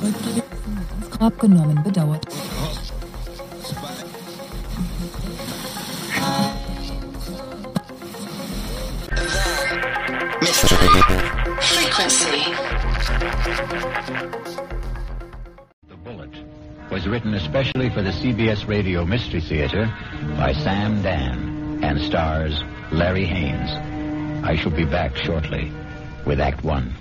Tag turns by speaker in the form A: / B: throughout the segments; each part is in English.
A: wird ins Grab genommen, bedauert.
B: Frequency.
C: The Bullet was written especially for the CBS Radio Mystery Theater by Sam Dan and stars Larry Haynes. I shall be back shortly with Act One.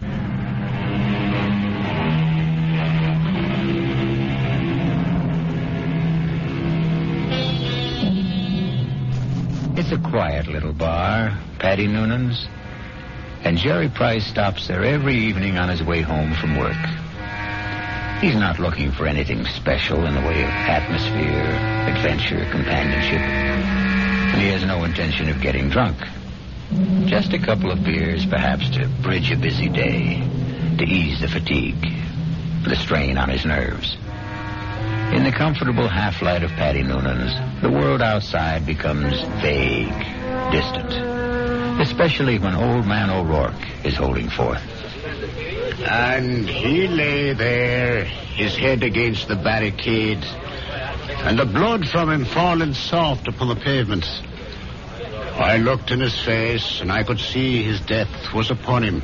C: It's a quiet little bar, Patty Noonan's, and Jerry Price stops there every evening on his way home from work. He's not looking for anything special in the way of atmosphere, adventure, companionship. And he has no intention of getting drunk. Just a couple of beers, perhaps, to bridge a busy day, to ease the fatigue, the strain on his nerves. In the comfortable half light of Patty Noonan's, the world outside becomes vague, distant, especially when Old Man O'Rourke is holding forth.
D: And he lay there, his head against the barricade, and the blood from him falling soft upon the pavement. I looked in his face, and I could see his death was upon him.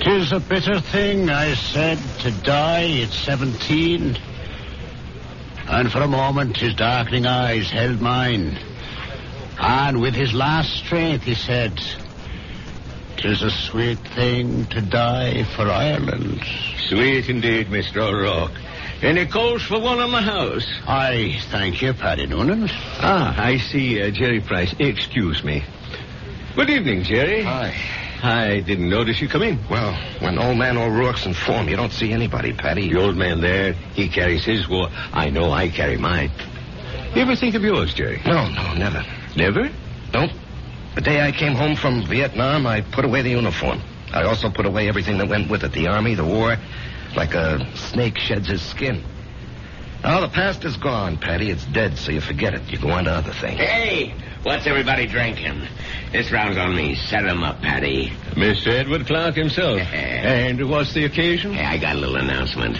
D: "'Tis a bitter thing,' I said, 'to die at seventeen.' And for a moment his darkening eyes held mine. And with his last strength he said, "'Tis a sweet thing to die for Ireland.'
E: Sweet indeed, Mr. O'Rourke. Any calls for one on the house?
D: I thank you, Paddy Noonan.
E: Ah, I see, uh, Jerry Price. Excuse me. Good evening, Jerry.
F: Hi.
E: I didn't notice you come in.
F: Well, when old man O'Rourke's in form, you don't see anybody, Patty.
E: The old man there, he carries his war. I know I carry mine. You ever think of yours, Jerry?
F: No, no, never.
E: Never?
F: Nope. The day I came home from Vietnam, I put away the uniform. I also put away everything that went with it the army, the war, like a snake sheds his skin. Now, the past is gone, Patty. It's dead, so you forget it. You go on to other things.
G: Hey, what's everybody drinking? This round's on me. Set 'em up, Patty.
E: Mr. Edward Clark himself. and what's the occasion?
G: Hey, I got a little announcement.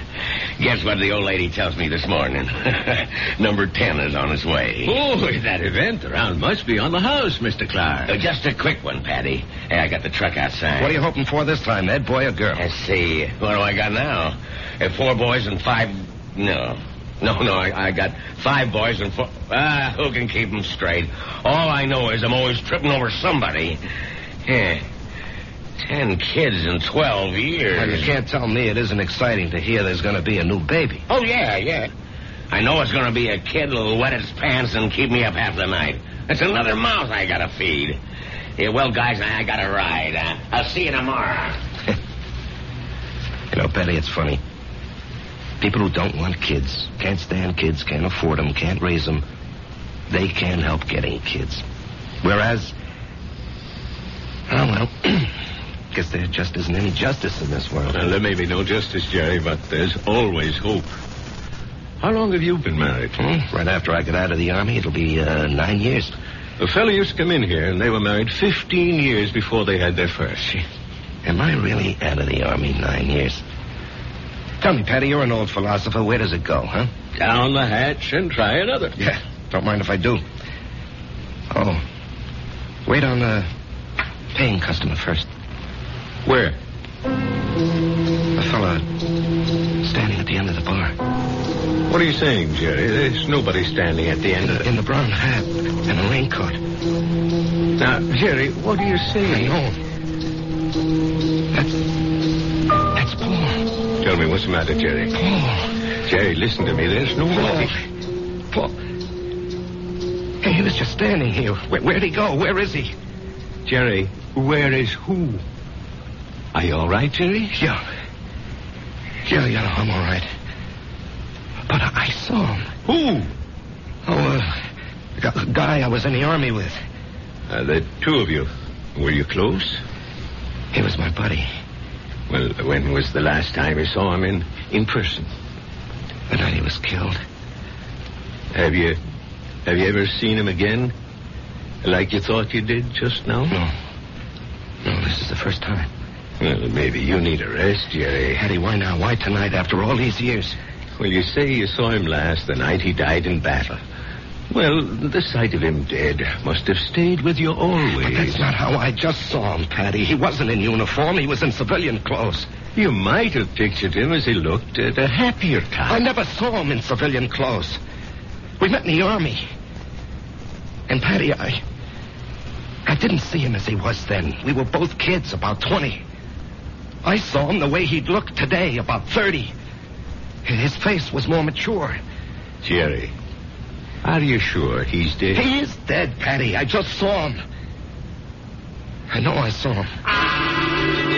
G: Guess what the old lady tells me this morning? Number 10 is on his way.
E: Oh, that event, the round must be on the house, Mr. Clark.
G: Uh, just a quick one, Patty. Hey, I got the truck outside.
F: What are you hoping for this time, Ed? Boy or girl?
G: Let's see. What do I got now? Uh, four boys and five. No. No, no, I, I got five boys and four. Ah, who can keep 'em straight? All I know is I'm always tripping over somebody. Yeah. Ten kids in 12 years.
F: Well, you can't tell me it isn't exciting to hear there's going to be a new baby.
G: Oh, yeah, yeah. I know it's going to be a kid that'll wet its pants and keep me up half the night. That's another mouth I got to feed. Yeah, well, guys, I, I got to ride. Uh, I'll see you tomorrow.
F: You know, Betty, it's funny. People who don't want kids, can't stand kids, can't afford them, can't raise them, they can't help getting kids. Whereas, oh well, guess there just isn't any justice in this world.
E: Well, there may be no justice, Jerry, but there's always hope. How long have you been married?
F: Hmm? Right after I get out of the army, it'll be uh, nine years.
E: A fellow used to come in here, and they were married 15 years before they had their first.
F: Am I really out of the army nine years? Tell me, Patty, you're an old philosopher. Where does it go, huh?
E: Down the hatch and try another.
F: Yeah, don't mind if I do. Oh, Wait on the paying customer first. Where? A fella standing at the end of the bar.
E: What are you saying, Jerry? There's nobody standing at the end of it.
F: In the brown hat and a raincoat.
E: Now, Jerry, what are you saying?
F: I That's Paul.
E: Tell me, what's the matter, Jerry?
F: Paul.
E: Jerry, listen to me. There's nobody.
F: Paul. Hey, he was just standing here. Where, where'd he go? Where is he?
E: Jerry, where is who? Are you all right, Jerry?
F: Yeah. Yeah, yeah, I'm all right. But I, I saw him.
E: Who?
F: Oh, uh, gu- guy I was in the army with.
E: Uh, the two of you. Were you close?
F: He was my buddy.
E: Well, when was the last time you saw him in, in person?
F: The night he was killed.
E: Have you have you ever seen him again? Like you thought you did just now?
F: No. No, this is the first time.
E: Well, maybe you need a rest, Jerry.
F: Eddie, why now? Why tonight after all these years?
E: Well, you say you saw him last the night he died in battle. Well, the sight of him dead must have stayed with you always.
F: But that's not how I just saw him, Patty. He wasn't in uniform. He was in civilian clothes.
E: You might have pictured him as he looked at a happier
F: I
E: time.
F: never saw him in civilian clothes. We met in the army. And Patty, I. I didn't see him as he was then. We were both kids, about 20. I saw him the way he'd look today, about 30. His face was more mature.
E: Jerry, are you sure he's dead?
F: He is dead, Patty. I just saw him. I know I saw him.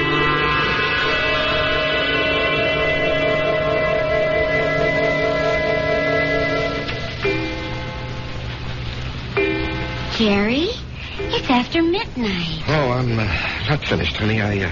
B: Jerry, it's after midnight.
F: Oh, I'm uh, not finished, honey. I uh,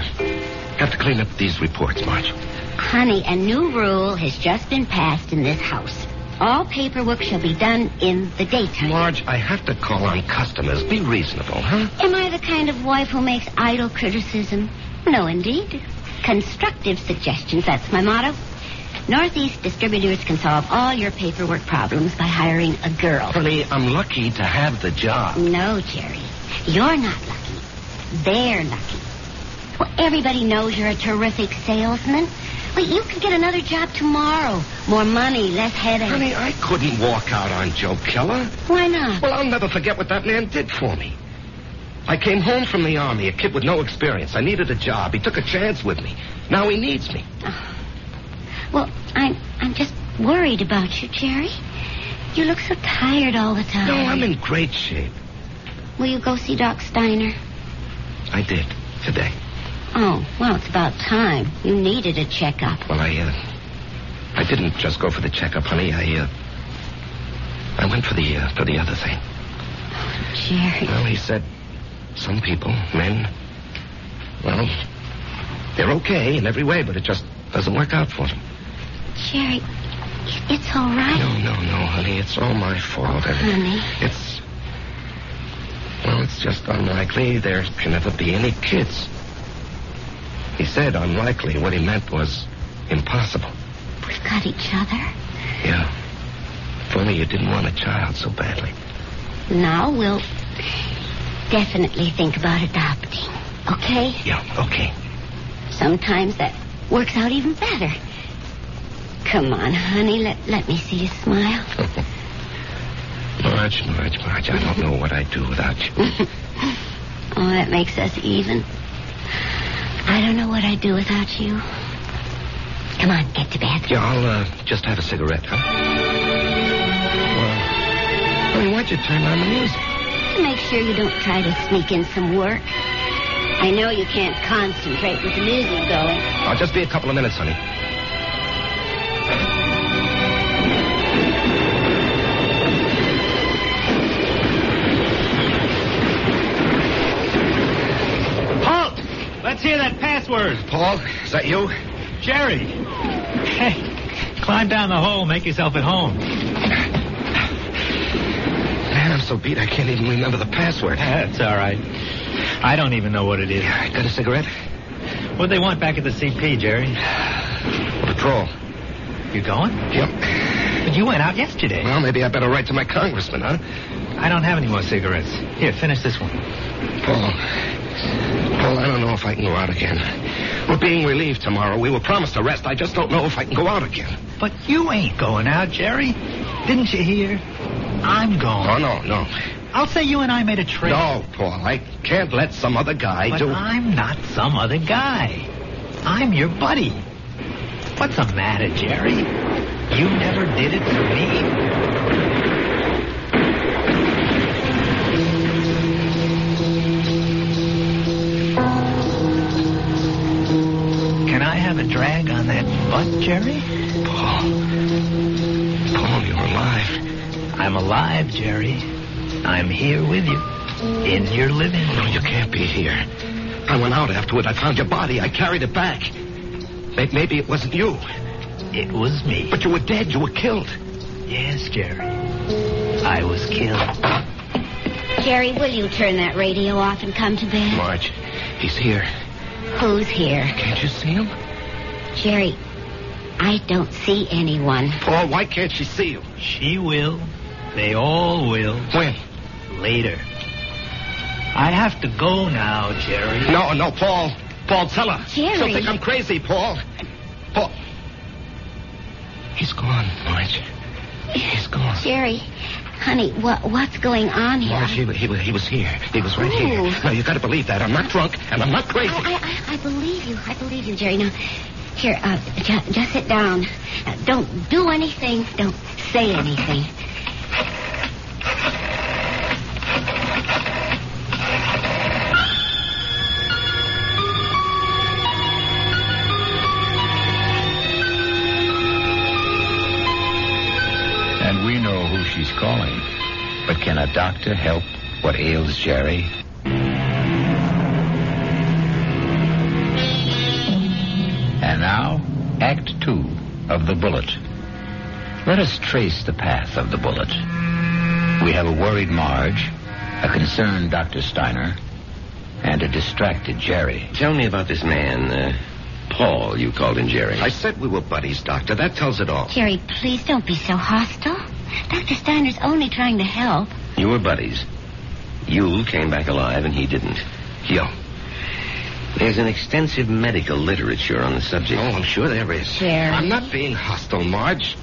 F: have to clean up these reports, Marge.
B: Honey, a new rule has just been passed in this house. All paperwork shall be done in the daytime.
F: Marge, I have to call on customers. Be reasonable, huh?
B: Am I the kind of wife who makes idle criticism? No, indeed. Constructive suggestions, that's my motto. Northeast Distributors can solve all your paperwork problems by hiring a girl.
F: Honey, I'm lucky to have the job.
B: No, Jerry. You're not lucky. They're lucky. Well, everybody knows you're a terrific salesman. Well, you could get another job tomorrow. More money, less headache.
F: Honey, I couldn't walk out on Joe Keller.
B: Why not?
F: Well, I'll never forget what that man did for me. I came home from the army, a kid with no experience. I needed a job. He took a chance with me. Now he needs me.
B: Well, I'm I'm just worried about you, Jerry. You look so tired all the time.
F: No, I'm in great shape.
B: Will you go see Doc Steiner?
F: I did today.
B: Oh, well, it's about time. You needed a checkup.
F: Well, I, uh, I didn't just go for the checkup, honey. I, uh, I went for the uh, for the other thing.
B: Jerry.
F: Well, he said some people, men, well, they're okay in every way, but it just doesn't work out for them.
B: Jerry, it's all right.
F: No, no, no, honey. It's all my fault. and
B: Honey.
F: It's. Well, it's just unlikely there can ever be any kids. He said unlikely. What he meant was impossible.
B: We've got each other.
F: Yeah. If only you didn't want a child so badly.
B: Now we'll definitely think about adopting. Okay?
F: Yeah, okay.
B: Sometimes that works out even better. Come on, honey. Let, let me see you smile.
F: Marge, Marge, Marge, I don't know what I'd do without you.
B: Oh, that makes us even. I don't know what I'd do without you. Come on, get to bed.
F: Yeah, I'll uh, just have a cigarette, huh? Well, honey, why'd you turn on the music?
B: To make sure you don't try to sneak in some work. I know you can't concentrate with the music going.
F: I'll just be a couple of minutes, honey.
H: Halt! Let's hear that password.
F: Paul, is that you?
H: Jerry. Hey, climb down the hole. Make yourself at home.
F: Man, I'm so beat I can't even remember the password.
H: That's all right. I don't even know what it is.
F: I got a cigarette?
H: What'd they want back at the CP, Jerry?
F: Patrol.
H: You going?
F: Yep.
H: But you went out yesterday.
F: Well, maybe I better write to my congressman, huh?
H: I don't have any more cigarettes. Here, finish this one.
F: Paul. Paul, I don't know if I can go out again. We're being relieved tomorrow. We were promised a rest. I just don't know if I can go out again.
H: But you ain't going out, Jerry. Didn't you hear? I'm going.
F: Oh, no, no.
H: I'll say you and I made a trade.
F: No, Paul, I can't let some other guy
H: but
F: do
H: I'm not some other guy. I'm your buddy. What's the matter, Jerry? You never did it for me. Can I have a drag on that butt, Jerry?
F: Paul. Paul, you're alive.
H: I'm alive, Jerry. I'm here with you. In your living room.
F: No, you can't be here. I went out afterward. I found your body. I carried it back. May- Maybe it wasn't you.
H: It was me.
F: But you were dead. You were killed.
H: Yes, Jerry. I was killed.
B: Jerry, will you turn that radio off and come to bed?
F: Marge, he's here.
B: Who's here?
F: Can't you see him?
B: Jerry, I don't see anyone.
F: Paul, why can't she see you?
H: She will. They all will.
F: When?
H: Later. I have to go now, Jerry.
F: No, no, Paul. Paul, tell her.
B: Jerry.
F: She'll think I'm crazy, Paul. Paul. He's gone, Marge. He's gone.
B: Jerry, honey, what what's going on here?
F: Marge, he, wa- he, wa- he was here. He was right
B: Who?
F: here. No, you gotta believe that. I'm not drunk, and I'm not
B: I,
F: crazy.
B: I, I, I believe you. I believe you, Jerry. Now, here, uh, ju- just sit down. Uh, don't do anything. Don't say anything.
C: And we know who she's calling. But can a doctor help what ails Jerry? And now, Act Two of The Bullet. Let us trace the path of the bullet. We have a worried Marge, a concerned Dr. Steiner, and a distracted Jerry.
G: Tell me about this man, uh, Paul, you called him Jerry.
F: I said we were buddies, Doctor. That tells it all.
B: Jerry, please don't be so hostile. Dr. Steiner's only trying to help.
G: You were buddies. You came back alive and he didn't.
F: Yo.
G: There's an extensive medical literature on the subject.
F: Oh, I'm sure there is.
B: Jerry.
F: I'm not being hostile, Marge.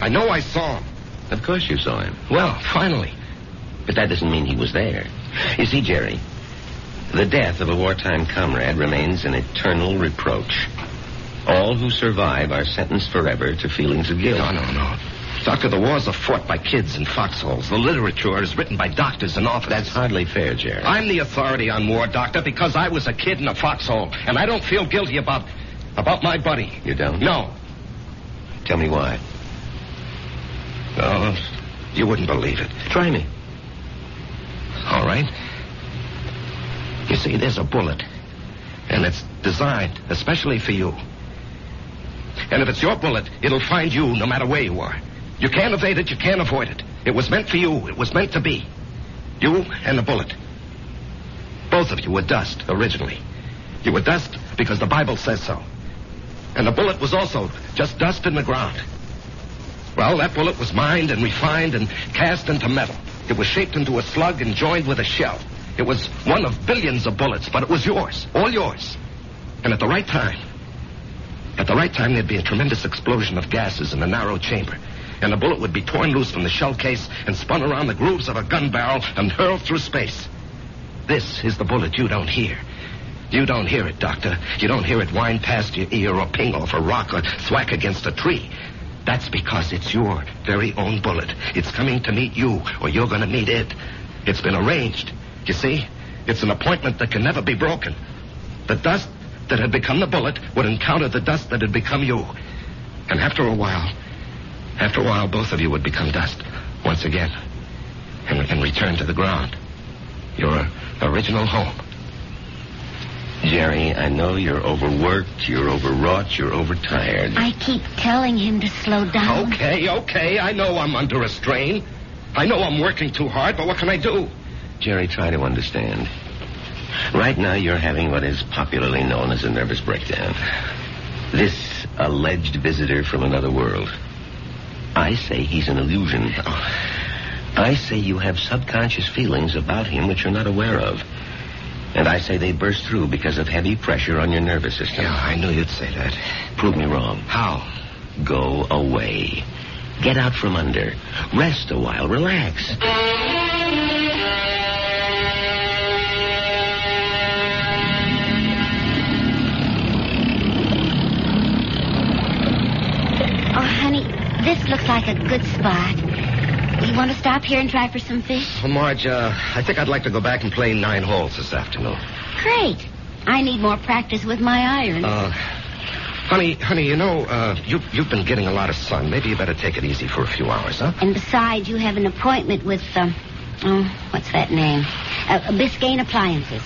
F: I know I saw him.
G: Of course you saw him.
F: Well, finally.
G: But that doesn't mean he was there. You see, Jerry, the death of a wartime comrade remains an eternal reproach. All who survive are sentenced forever to feelings of guilt.
F: No, no, no. Doctor, the wars are fought by kids in foxholes. The literature is written by doctors and officers.
G: That's hardly fair, Jerry.
F: I'm the authority on war, Doctor, because I was a kid in a foxhole, and I don't feel guilty about about my buddy.
G: You don't?
F: No.
G: Tell me why.
F: No. Oh, You wouldn't believe it.
G: Try me.
F: All right. You see, there's a bullet. And it's designed especially for you. And if it's your bullet, it'll find you no matter where you are. You can't evade it, you can't avoid it. It was meant for you, it was meant to be. You and the bullet. Both of you were dust originally. You were dust because the Bible says so. And the bullet was also just dust in the ground. Well, that bullet was mined and refined and cast into metal. It was shaped into a slug and joined with a shell. It was one of billions of bullets, but it was yours, all yours. And at the right time, at the right time, there'd be a tremendous explosion of gases in the narrow chamber. And the bullet would be torn loose from the shell case and spun around the grooves of a gun barrel and hurled through space. This is the bullet you don't hear. You don't hear it, Doctor. You don't hear it whine past your ear or ping off a rock or thwack against a tree. That's because it's your very own bullet. It's coming to meet you, or you're going to meet it. It's been arranged. You see? It's an appointment that can never be broken. The dust that had become the bullet would encounter the dust that had become you. And after a while, after a while, both of you would become dust once again and, and return to the ground. Your original home.
G: Jerry, I know you're overworked, you're overwrought, you're overtired.
B: I keep telling him to slow down.
F: Okay, okay. I know I'm under a strain. I know I'm working too hard, but what can I do?
G: Jerry, try to understand. Right now, you're having what is popularly known as a nervous breakdown. This
F: Oh.
G: alleged visitor from another world. I say he's an illusion.
I: I say you have subconscious feelings about him which you're not aware of. And I say they burst through because of heavy pressure on your nervous system. Yeah, I knew you'd say that. Prove me wrong. How? Go away. Get out from under. Rest a while. Relax.
B: Oh, honey, this looks like a good spot. You want to stop here and try for some fish?
F: Well, Marge, uh, I think I'd like to go back and play nine holes this afternoon.
B: Great. I need more practice with my iron.
F: Uh, honey, honey, you know, uh, you, you've been getting a lot of sun. Maybe you better take it easy for a few hours, huh?
B: and besides, you have an appointment with, um, oh, what's that name? Uh, Biscayne Appliances.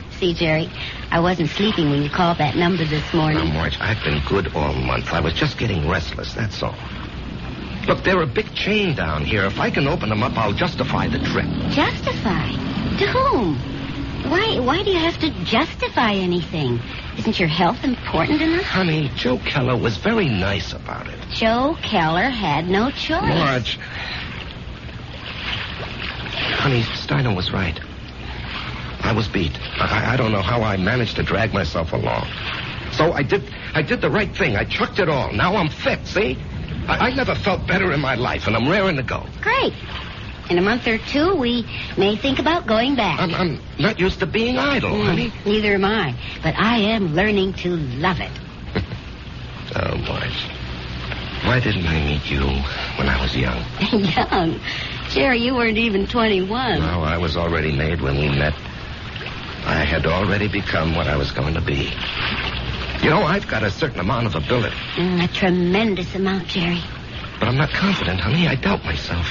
B: See, Jerry, I wasn't sleeping when you called that number this morning.
F: Now, Marge, I've been good all month. I was just getting restless, that's all. Look, they're a big chain down here. If I can open them up, I'll justify the trip.
B: Justify? To whom? Why, why do you have to justify anything? Isn't your health important enough?
F: Honey, Joe Keller was very nice about it.
B: Joe Keller had no choice.
F: Marge. Honey, Steiner was right. I was beat. I, I don't know how I managed to drag myself along. So I did I did the right thing. I chucked it all. Now I'm fit, see? I, I never felt better in my life, and I'm raring to go.
B: Great. In a month or two, we may think about going back.
F: I'm, I'm not used to being idle,
B: Mm,
F: honey.
B: Neither am I. But I am learning to love it.
F: Oh, Marge. Why didn't I meet you when I was young?
B: Young. Jerry, you weren't even 21.
F: No, I was already made when we met. I had already become what I was going to be. You know, I've got a certain amount of ability,
B: Mm, a tremendous amount, Jerry.
F: but I'm not confident, honey. I doubt myself.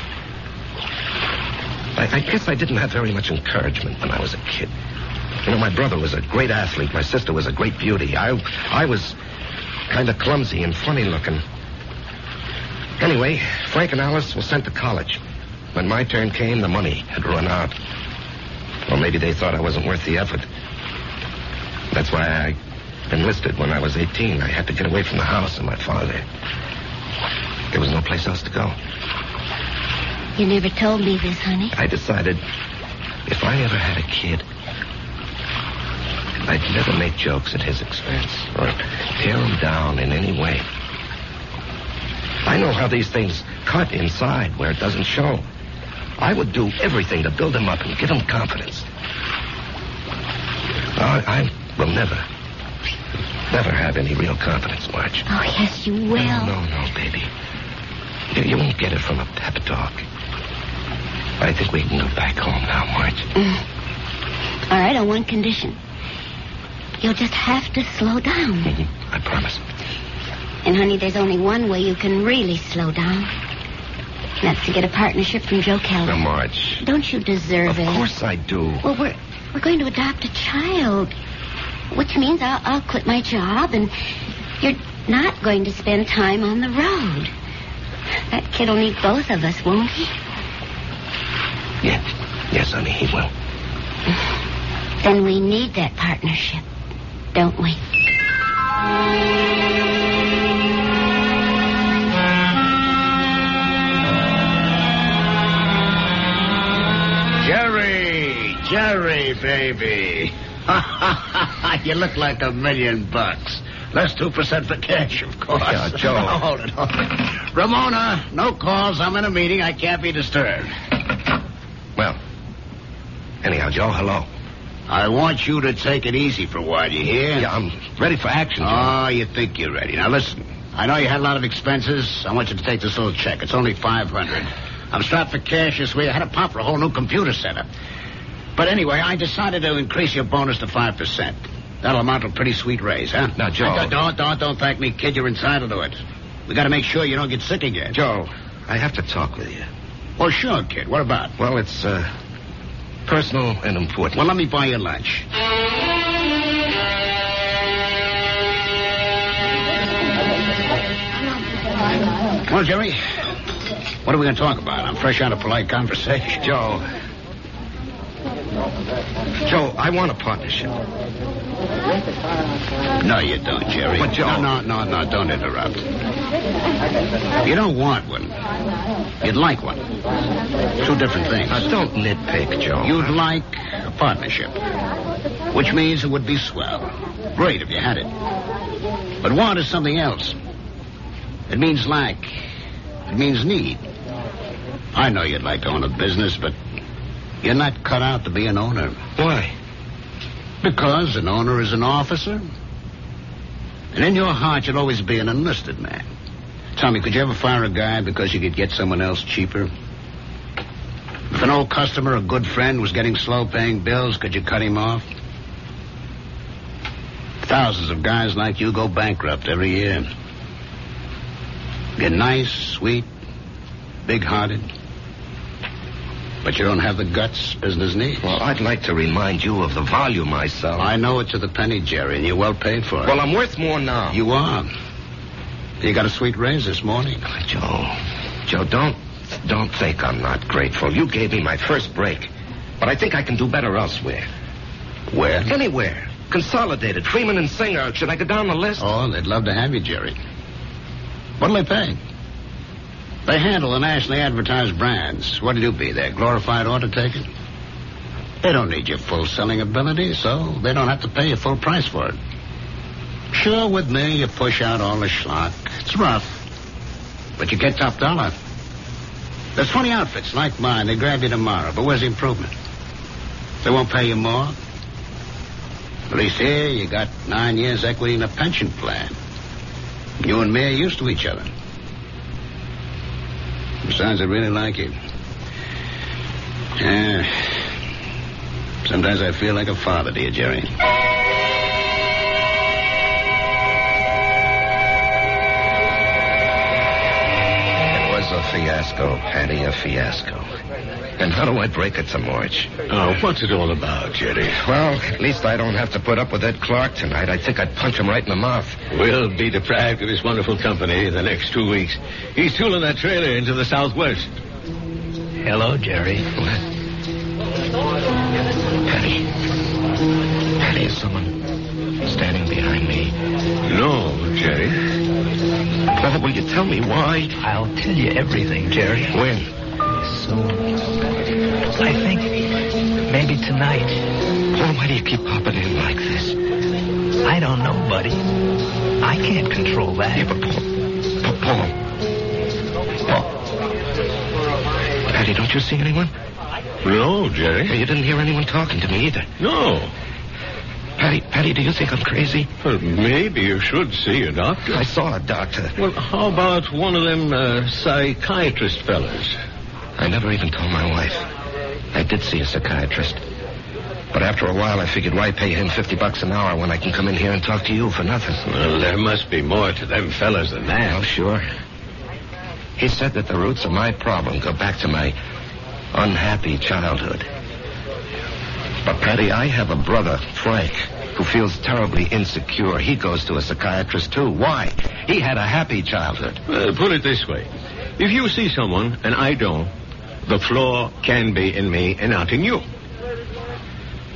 F: I, I guess I didn't have very much encouragement when I was a kid. You know, my brother was a great athlete. My sister was a great beauty. I, I was kind of clumsy and funny looking. Anyway, Frank and Alice were sent to college. When my turn came, the money had run out. Or maybe they thought I wasn't worth the effort. That's why I enlisted when I was 18. I had to get away from the house and my father. There was no place else to go.
B: You never told me this, honey.
F: I decided if I ever had a kid, I'd never make jokes at his expense or tear him down in any way. I know how these things cut inside where it doesn't show. I would do everything to build him up and give him confidence. I, I will never, never have any real confidence, Marge.
B: Oh, yes, you will.
F: No, no, baby. You, you won't get it from a pep talk. I think we can go back home now, Marge.
B: All right, on one condition. You'll just have to slow down.
F: I promise.
B: And, honey, there's only one way you can really slow down. And That's to get a partnership from Joe Keller.
F: Now, Marge.
B: Don't you deserve it?
F: Of course I do.
B: Well, we're we're going to adopt a child, which means I'll, I'll quit my job, and you're not going to spend time on the road. That kid'll need both of us, won't he?
F: Yes. Yes, honey, he will.
B: Then we need that partnership, don't we?
H: Jerry, Jerry, baby. you look like a million bucks. Less 2% for cash, of course.
F: Yeah, Joe.
H: hold it, hold it. Ramona, no calls. I'm in a meeting. I can't be disturbed.
F: Well, anyhow, Joe, hello.
H: I want you to take it easy for a while, you hear?
F: Yeah, I'm ready for action, Joe.
H: Oh, you think you're ready. Now, listen. I know you had a lot of expenses. I want you to take this little check. It's only 500 I'm strapped for cash this week. I had to pop for a whole new computer setup. But anyway, I decided to increase your bonus to 5%. That'll amount to a pretty sweet raise, huh?
F: Now, Joe-
H: Don't, don't, don't, don't thank me, kid. You're entitled to it. We gotta make sure you don't get sick again.
F: Joe, I have to talk with you.
H: Well, sure, kid. What about?
F: Well, it's, uh, personal and important.
H: Well, let me buy you lunch. Well, Jerry, what are we going to talk about? I'm fresh out of polite conversation.
F: Joe,
H: Joe, I want a partnership.
F: No, you don't, Jerry.
H: But, Joe-
F: No, no, no, no, don't interrupt. You don't want one. You'd like one. Two different things. Now, Uh, don't nitpick, Joe. You'd like a partnership, which means it would be swell. Great if you had it. But want is something else. It means lack. It means need. I know you'd like to own a business, but you're not cut out to be an owner. Why? Because an owner is an officer, and in your heart, you'll always be an enlisted man. Tommy, could you ever fire a guy because you could get someone else cheaper? If an old customer or good friend was getting slow paying bills, could you cut him off? Thousands of guys like you go bankrupt every year. You're nice, sweet, big hearted. But you don't have the guts business needs. Well, I'd like to remind you of the volume I sell. I know it to the penny, Jerry, and you're well paid for it.
H: Well, I'm worth more now.
F: You are. You got a sweet raise this morning.
H: Joe, Joe, don't don't think I'm not grateful. You gave me my first break, but I think I can do better elsewhere.
F: Where?
H: Anywhere. Consolidated. Freeman and Singer. Should I go down the list?
F: Oh, they'd love to have you, Jerry. What'll they pay? They handle the nationally advertised brands. What'll you be, their glorified order taker? They don't need your full selling ability, so they don't have to pay you full price for it. Sure, with me, you push out all the schlock. It's rough, but you get top dollar. There's 20 outfits like mine. They grab you tomorrow, but where's the improvement? They won't pay you more. At least here, you got nine years equity in a pension plan. You and me are used to each other. Besides, I really like you. Yeah. Sometimes I feel like a father to you, Jerry.
H: It was a fiasco, Patty, a fiasco. And how do I break it to March?
J: Oh, what's it all about, Jerry?
H: Well, at least I don't have to put up with Ed Clark tonight. I think I'd punch him right in the mouth.
J: We'll be deprived of his wonderful company the next two weeks. He's tooling that trailer into the southwest.
K: Hello, Jerry.
H: Patty. Patty, is someone standing behind me? No, Jerry. Well, will you tell me why?
K: I'll tell you everything, Jerry.
H: When?
K: Soon. I think maybe tonight.
H: Well, why do you keep popping in like this?
K: I don't know, buddy. I can't control that.
H: Yeah, but Paul. Paul. Paul. Patty, don't you see anyone?
J: No, Jerry.
H: You didn't hear anyone talking to me either.
J: No.
H: Patty, Patty, do you think I'm crazy?
J: Well, maybe you should see a doctor.
H: I saw a doctor.
J: Well, how about one of them uh, psychiatrist fellas?
H: I never even told my wife. I did see a psychiatrist. But after a while, I figured why pay him 50 bucks an hour when I can come in here and talk to you for nothing?
J: Well, there must be more to them fellas than that.
H: Well, sure. He said that the roots of my problem go back to my unhappy childhood. But, Patty, I have a brother, Frank, who feels terribly insecure. He goes to a psychiatrist, too. Why? He had a happy childhood.
J: Well, Uh, put it this way. If you see someone and I don't, the flaw can be in me and not in you.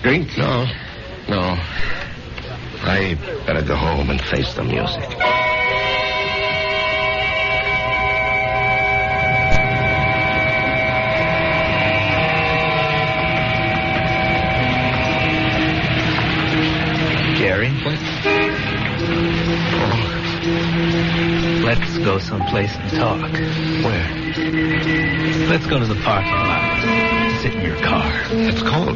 J: Drink?
H: No, no. I better go home and face the music.
K: Jerry,
H: Oh,
K: Oh. let's go someplace and talk.
H: where?
K: Let's go to the parking lot. Sit in your car.
H: It's cold.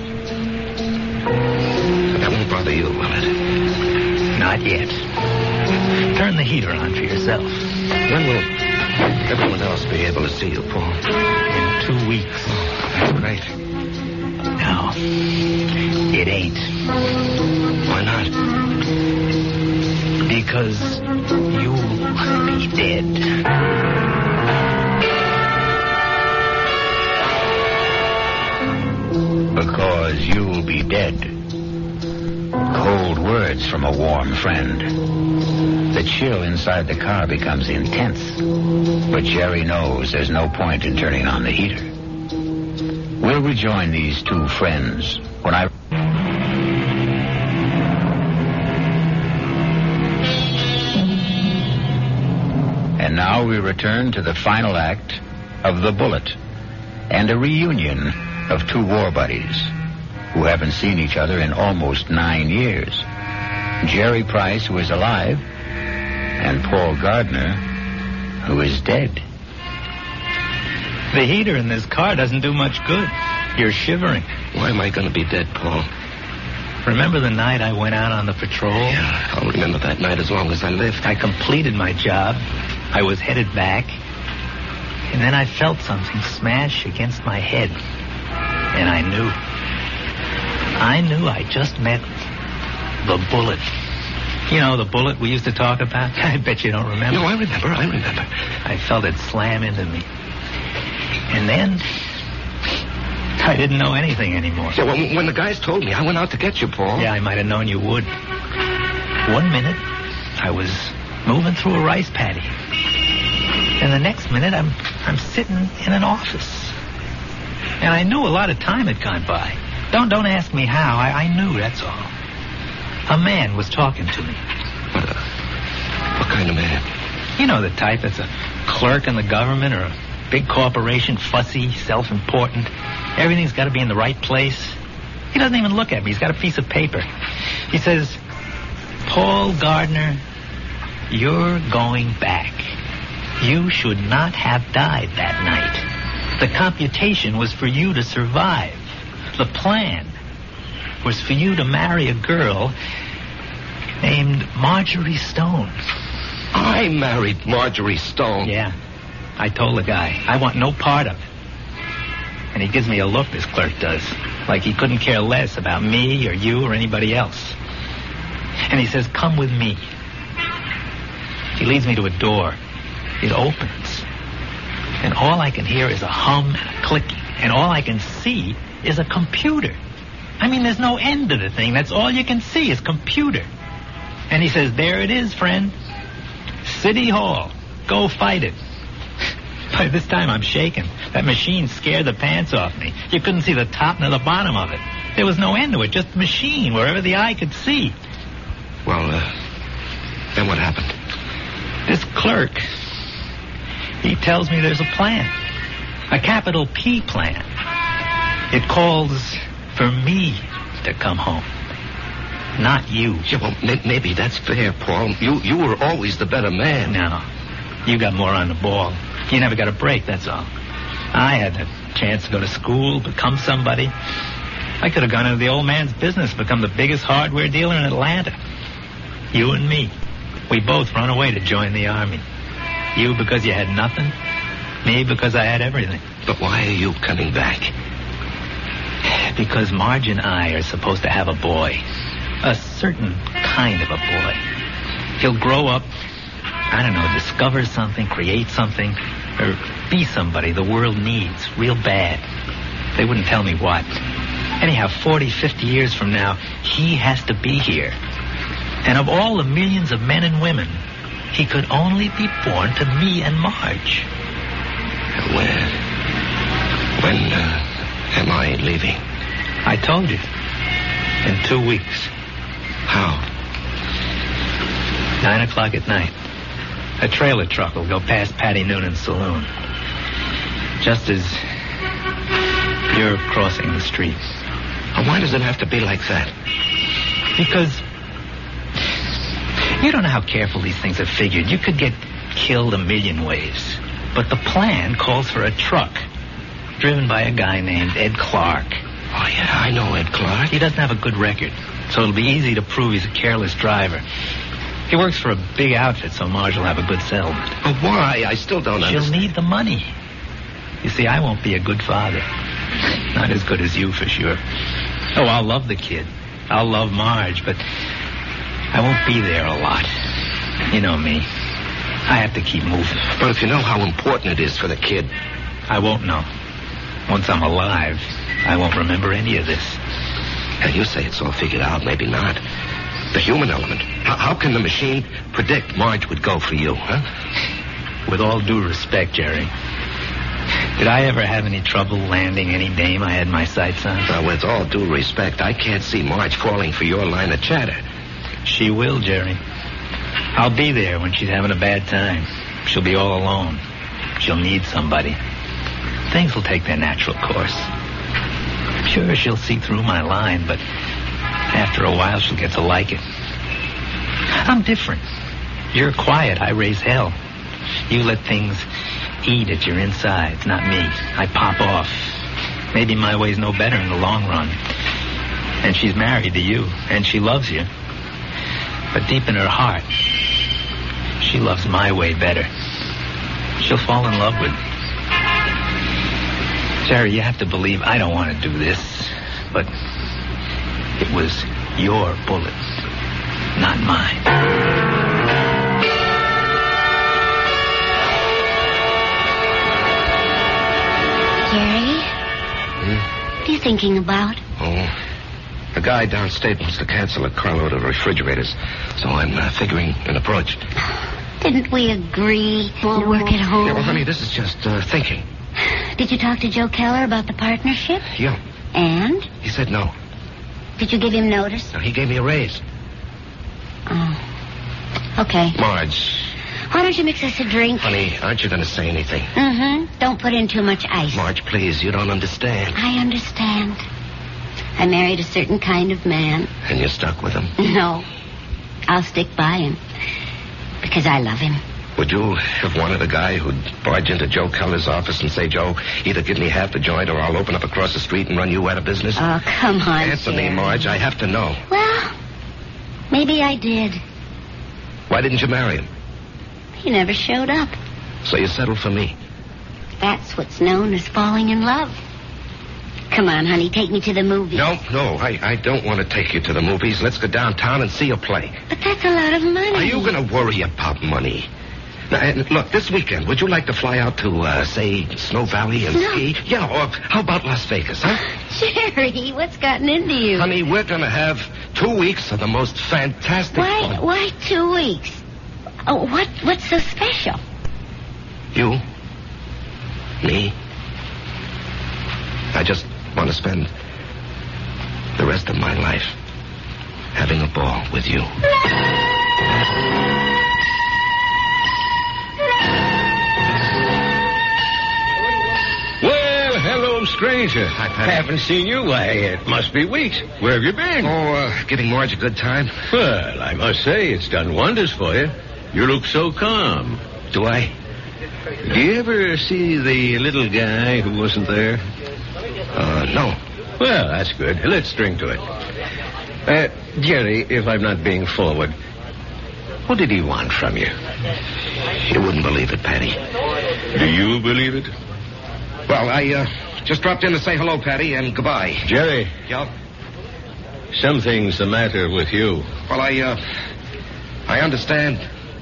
H: That won't bother you, will it?
K: Not yet. Turn the heater on for yourself.
H: When will everyone else be able to see you, Paul? Oh,
K: In two weeks.
H: That's great.
K: No, it ain't.
H: Why not?
K: Because you'll be dead.
L: Because you'll be dead. Cold words from a warm friend. The chill inside the car becomes intense. But Jerry knows there's no point in turning on the heater.
C: We'll rejoin these two friends when I. And now we return to the final act of The Bullet and a reunion of two war buddies who haven't seen each other in almost nine years. Jerry Price, who is alive, and Paul Gardner, who is dead.
H: The heater in this car doesn't do much good. You're shivering.
F: Why am I going to be dead, Paul?
H: Remember the night I went out on the patrol?
F: Yeah, I'll remember that night as long as I live.
H: I completed my job. I was headed back. And then I felt something smash against my head. And I knew. I knew I just met the bullet. You know, the bullet we used to talk about? I bet you don't remember.
F: No, I remember. I remember.
H: I felt it slam into me. And then I didn't know anything anymore.
F: Yeah, well, when the guys told me, I went out to get you, Paul.
H: Yeah, I might have known you would. One minute, I was moving through a rice paddy. And the next minute, I'm, I'm sitting in an office. And I knew a lot of time had gone by. Don't, don't ask me how. I, I knew, that's all. A man was talking to me.
F: What, a, what kind of man?
H: You know the type that's a clerk in the government or a big corporation, fussy, self important. Everything's got to be in the right place. He doesn't even look at me. He's got a piece of paper. He says, Paul Gardner, you're going back. You should not have died that night. The computation was for you to survive. The plan was for you to marry a girl named Marjorie Stone.
F: I married Marjorie Stone.
H: Yeah. I told the guy, I want no part of it. And he gives me a look, this clerk does, like he couldn't care less about me or you or anybody else. And he says, Come with me. He leads me to a door. It opens. And all I can hear is a hum and a clicking. And all I can see is a computer. I mean, there's no end to the thing. That's all you can see is computer. And he says, There it is, friend. City Hall. Go fight it. By this time, I'm shaking. That machine scared the pants off me. You couldn't see the top nor the bottom of it. There was no end to it, just a machine wherever the eye could see.
F: Well, uh, then what happened?
H: This clerk, he tells me there's a plan. A capital P plan. It calls for me to come home. Not you.
F: Yeah, well, may- maybe that's fair, Paul. You you were always the better man.
H: No. You got more on the ball. You never got a break, that's all. I had the chance to go to school, become somebody. I could have gone into the old man's business, become the biggest hardware dealer in Atlanta. You and me. We both run away to join the army. You because you had nothing. Me because I had everything.
F: But why are you coming back?
H: Because Marge and I are supposed to have a boy. A certain kind of a boy. He'll grow up, I don't know, discover something, create something, or be somebody the world needs real bad. They wouldn't tell me what. Anyhow, 40, 50 years from now, he has to be here. And of all the millions of men and women, he could only be born to me and Marge.
F: When when uh, am I leaving?
H: I told you. In two weeks.
F: How?
H: Nine o'clock at night. A trailer truck will go past Patty Noonan's saloon. Just as you're crossing the street.
F: And why does it have to be like that?
H: Because you don't know how careful these things are figured. You could get killed a million ways. But the plan calls for a truck driven by a guy named Ed Clark.
F: Oh yeah, I know Ed Clark.
H: He doesn't have a good record, so it'll be easy to prove he's a careless driver. He works for a big outfit, so Marge will have a good settlement.
F: But why? I still don't
H: She'll
F: understand.
H: need the money. You see, I won't be a good father. Not as good as you, for sure. Oh, I'll love the kid. I'll love Marge, but I won't be there a lot. You know me. I have to keep moving.
F: But if you know how important it is for the kid,
H: I won't know. Once I'm alive, I won't remember any of this.
F: and you say it's all figured out, maybe not. The human element. How, how can the machine predict Marge would go for you, huh?
H: With all due respect, Jerry,
M: Did I ever have any trouble landing any dame I had my sights on?
F: Now, with all due respect, I can't see Marge falling for your line of chatter.
M: She will, Jerry. I'll be there when she's having a bad time. She'll be all alone. She'll need somebody. Things will take their natural course. Sure, she'll see through my line, but after a while, she'll get to like it. I'm different. You're quiet. I raise hell. You let things eat at your insides, not me. I pop off. Maybe my way's no better in the long run. And she's married to you, and she loves you. But deep in her heart, she loves my way better. She'll fall in love with. Jerry, you have to believe I don't want to do this, but it was your bullet, not mine.
B: Jerry,
F: Hmm?
B: what are you thinking about?
F: Oh, a guy downstate wants to cancel a carload of refrigerators, so I'm uh, figuring an approach.
B: Didn't we agree we'll work at home?
F: Yeah, well, honey, this is just uh, thinking.
B: Did you talk to Joe Keller about the partnership?
F: Yeah,
B: And?
F: he said no.
B: Did you give him notice?
F: No, he gave me a raise.
B: Oh. Okay.
F: Marge,
B: Why don't you mix us a drink?
F: honey, aren't you going to say anything?
B: Mm-hmm. Don't put in too much ice.
F: Marge, please, you don't understand.
B: I understand. I married a certain kind of man.
F: And you're stuck with him.
B: No. I'll stick by him. Because I love him.
F: Would you have wanted a guy who'd barge into Joe Keller's office and say, Joe, either give me half a joint or I'll open up across the street and run you out of business?
B: Oh, come on.
F: Answer me,
B: Jerry.
F: Marge. I have to know.
B: Well, maybe I did.
F: Why didn't you marry him?
B: He never showed up.
F: So you settled for me.
B: That's what's known as falling in love. Come on, honey, take me to the movies.
F: No, no, I, I don't want to take you to the movies. Let's go downtown and see a play.
B: But that's a lot of money.
F: Are you going to worry about money? Now, and look, this weekend, would you like to fly out to, uh, say, Snow Valley and
B: No.
F: ski? Yeah, or how about Las Vegas, huh?
B: Jerry, what's gotten into you?
F: Honey, we're going to have two weeks of the most fantastic
B: Why?
F: fun.
B: Why two weeks? Oh, what? What's so special?
F: You? Me? I just want to spend the rest of my life having a ball with you.
H: Well, hello, stranger. I haven't seen you. Why, it must be weeks. Where have you been?
F: Oh, uh, giving Marge a good time?
H: Well, I must say, it's done wonders for you. You look so calm.
F: Do I?
H: Do you ever see the little guy who wasn't there?
F: Uh, no.
H: Well, that's good. Let's drink to it. Uh, Jerry, if I'm not being forward, what did he want from you?
F: You wouldn't believe it, Patty.
H: Do you believe it?
F: Well, I, uh, just dropped in to say hello, Patty, and goodbye.
H: Jerry,
F: Yeah?
H: something's the matter with you.
F: Well, I, uh, I understand.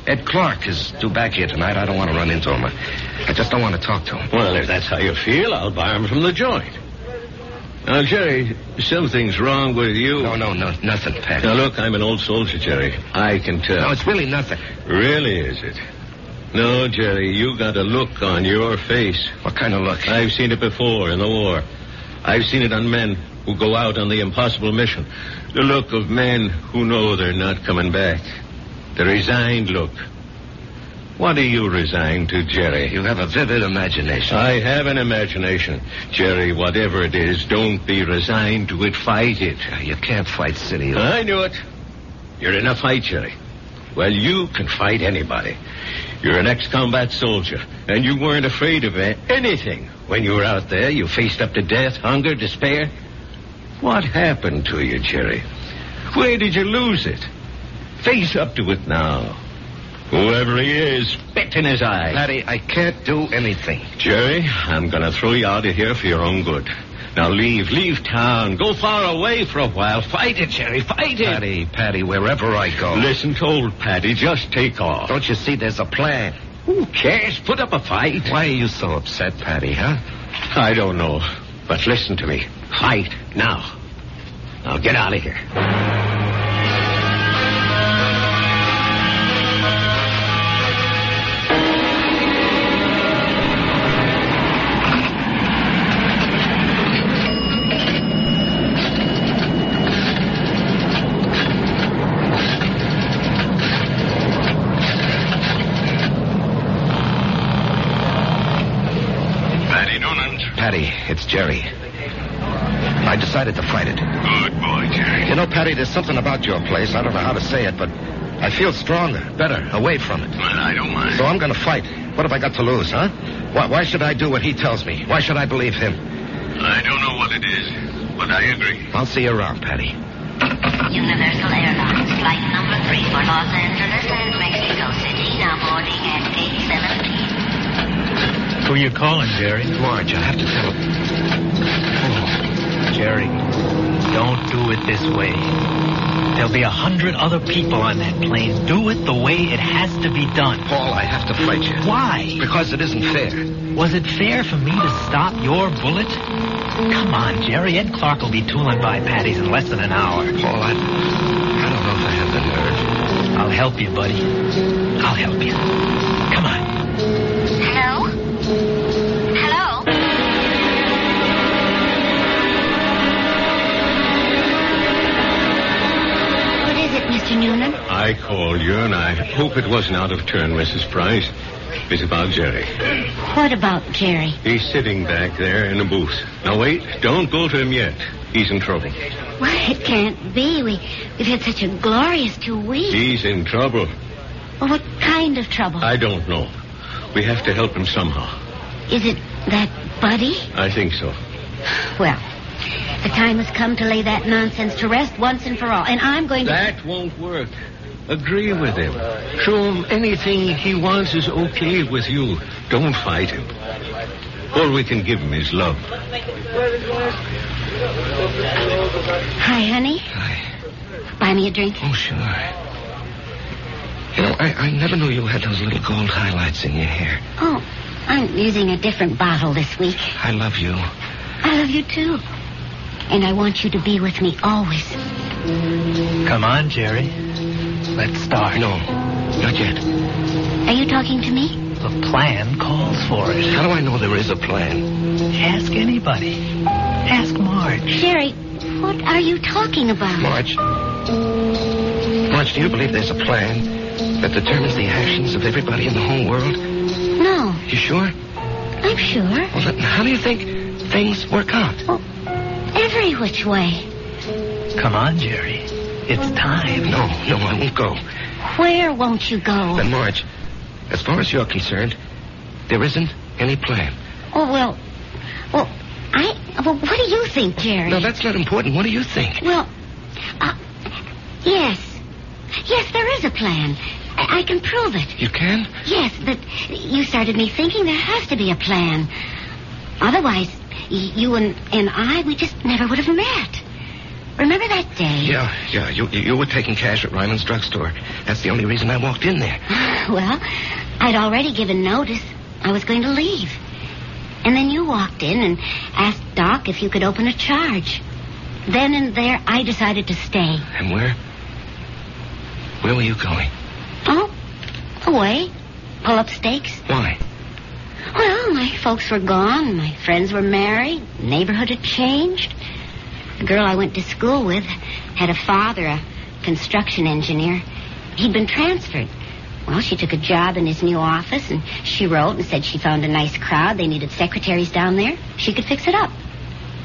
F: Ed Clark is due back here tonight. I don't want to run into him. I, I just don't want to talk to him.
H: Well, if that's how you feel, I'll buy him from the joint. Now, Jerry, something's wrong with you.
F: No, no, no, nothing, Patty.
H: Now, look, I'm an old soldier, Jerry. I can tell.
F: No, it's really nothing.
H: Really, is it? No, Jerry, you got a look on your face.
F: What kind of look?
H: I've seen it before in the war. I've seen it on men who go out on the impossible mission. The look of men who know they're not coming back. The resigned look. What are you resigned to, Jerry?
F: You have a vivid imagination.
H: I have an imagination. Jerry, whatever it is, don't be resigned to it. Fight it.
F: you can't fight city.
H: I knew it. You're in a fight, Jerry. Well, you can fight anybody. You're an ex-combat soldier, and you weren't afraid of a- anything when you were out there. You faced up to death, hunger, despair. What happened to you, Jerry? Where did you lose it? Face up to it now. Whoever he is, spit in his eye.
F: Patty, I can't do anything.
H: Jerry, I'm going to throw you out of here for your own good. Now leave, leave town. Go far away for a while. Fight it, Jerry. Fight it.
F: Patty, Patty, wherever I go.
H: Listen to old Patty. Just take off.
F: Don't you see there's a plan?
H: Who cares? Put up a fight.
F: Why are you so upset, Patty, huh?
H: I don't know. But listen to me. Fight now. Now get out of here. It's Jerry. I decided to fight it. Good boy, Jerry. You know, Patty, there's something about your place. I don't know how to say it, but I feel stronger, better, away from it. But I don't mind. So I'm going to fight. What have I got to lose, huh? Why, why should I do what he tells me? Why should I believe him?
N: I don't know what it is, but I agree.
H: I'll see you around, Patty.
B: Universal Airlines, flight number three for Los Angeles and Mexico City, now boarding at 817.
F: Who you calling, Jerry? Marge, I have to tell him. Jerry, don't do it this way. There'll be a hundred other people on that plane. Do it the way it has to be done.
H: Paul, I have to fight you.
F: Why?
H: Because it isn't fair.
F: Was it fair for me to stop your bullet? Come on, Jerry. Ed Clark will be tooling by Patty's in less than an hour.
H: Paul, I, I don't know if I have the nerve.
F: I'll help you, buddy. I'll help you. Come on.
B: Hello? Hello? What is it, Mr. Noonan?
N: I called you, and I hope it wasn't out of turn, Mrs. Price. It's about Jerry.
B: What about Jerry?
N: He's sitting back there in a booth. Now, wait, don't go to him yet. He's in trouble.
B: Well, it can't be. We, we've had such a glorious two weeks.
N: He's in trouble.
B: Well, what kind of trouble?
N: I don't know. We have to help him somehow.
B: Is it that buddy?
N: I think so.
B: Well, the time has come to lay that nonsense to rest once and for all, and I'm going to.
N: That won't work. Agree with him. Show him anything he wants is okay with you. Don't fight him. All we can give him is love.
B: Hi, honey. Buy me a drink.
H: Oh, sure. You know, I, I never knew you had those little gold highlights in your hair.
B: Oh, I'm using a different bottle this week.
H: I love you.
B: I love you too. And I want you to be with me always.
F: Come on, Jerry. Let's start.
H: No, not yet.
B: Are you talking to me?
F: The plan calls for it.
H: How do I know there is a plan?
F: Ask anybody. Ask Marge.
B: Jerry, what are you talking about?
H: Marge. Marge, do you believe there's a plan that determines the actions of everybody in the whole world?
B: No,
H: You sure?
B: I'm sure. Oh,
H: Well, then how do you think things work out?
B: Every which way.
F: Come on, Jerry. It's time.
H: No, no, I won't go.
B: Where won't you go?
H: Then, Marge, as far as you're concerned, there isn't any plan.
B: Oh, well. Well, I. Well, what do you think, Jerry?
H: No, that's not important. What do you think?
B: Well, uh, yes. Yes, there is a plan. I, I can prove it.
H: You can?
B: Yes, but you started me thinking there has to be a plan. Otherwise, y- you and, and I, we just never would have met. Remember that day?
H: Yeah, yeah. You, you you were taking cash at Ryman's drugstore. That's the only reason I walked in there.
B: Well, I'd already given notice. I was going to leave. And then you walked in and asked Doc if you could open a charge. Then and there, I decided to stay.
H: And where? Where were you going?
B: Oh, away. Pull up stakes.
H: Why?
B: Well, my folks were gone. My friends were married. Neighborhood had changed. The girl I went to school with had a father, a construction engineer. He'd been transferred. Well, she took a job in his new office, and she wrote and said she found a nice crowd. They needed secretaries down there. She could fix it up.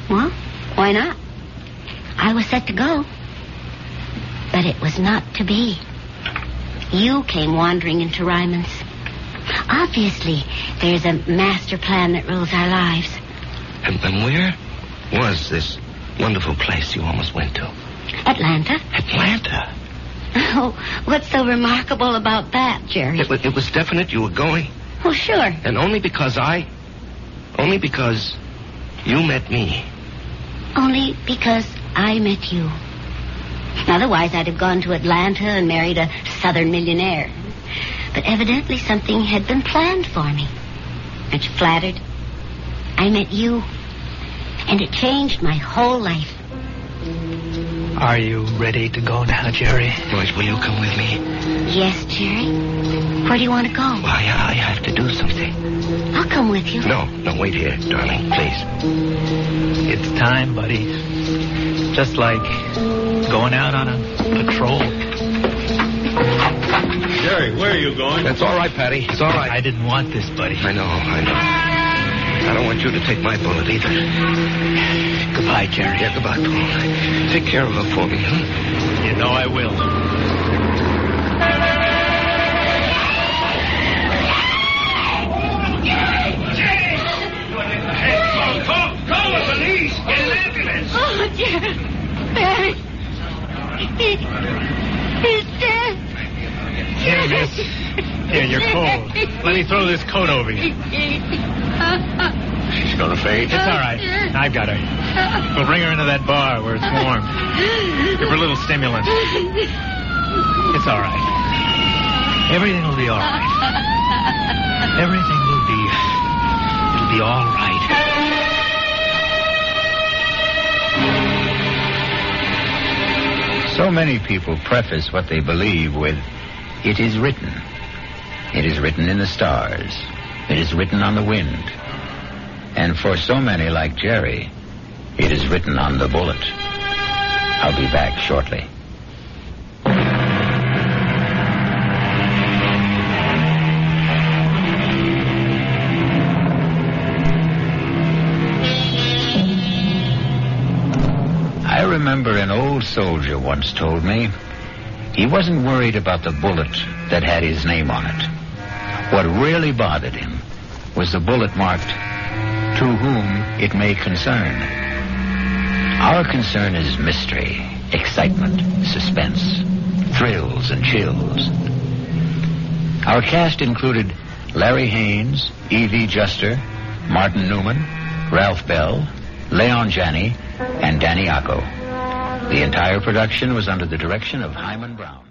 B: Well, why not? I was set to go. But it was not to be. You came wandering into Ryman's. Obviously, there's a master plan that rules our lives.
H: And, and where was this wonderful place you almost went to?
B: Atlanta?
H: Atlanta.
B: Oh, what's so remarkable about that, Jerry?
H: It was, it was definite you were going,
B: Oh, sure.
H: and only because I, only because you met me.
B: Only because I met you. Otherwise, I'd have gone to Atlanta and married a southern millionaire. But evidently, something had been planned for me. Aren't you flattered? I met you, and it changed my whole life.
F: Are you ready to go now, Jerry?
H: George, will you come with me?
B: Yes, Jerry? Where do you want to go?
H: Why, I have to do something.
B: I'll come with you.
H: No, no, wait here, darling, please.
F: It's time, buddy. Just like going out on a patrol.
N: Jerry, where are you going?
H: That's all right, Patty. It's all right.
F: I didn't want this, buddy.
H: I know, I know.
O: I don't want you to take my bullet either. Goodbye, Jerry. Yeah, goodbye, Paul. Take care of her for me, huh? You know I will.
P: Call, call the police. Get an ambulance.
B: Oh, dear. Barry. He, he's dead.
H: Here, miss. Here, you're cold. Let me throw this coat over you.
Q: She's gonna faint.
H: It's all right. I've got her. We'll bring her into that bar where it's warm. Give her a little stimulant. It's all right. Everything will be all right. Everything will be. It'll be all right.
F: So many people preface what they believe with, it is written. It is written in the stars. It is written on the wind. And for so many like Jerry, it is written on the bullet. I'll be back shortly. I remember an old soldier once told me he wasn't worried about the bullet that had his name on it. What really bothered him was the bullet marked, To Whom It May Concern. Our concern is mystery, excitement, suspense, thrills, and chills. Our cast included Larry Haynes, Evie Juster, Martin Newman, Ralph Bell, Leon Janney, and Danny Acco. The entire production was under the direction of Hyman Brown.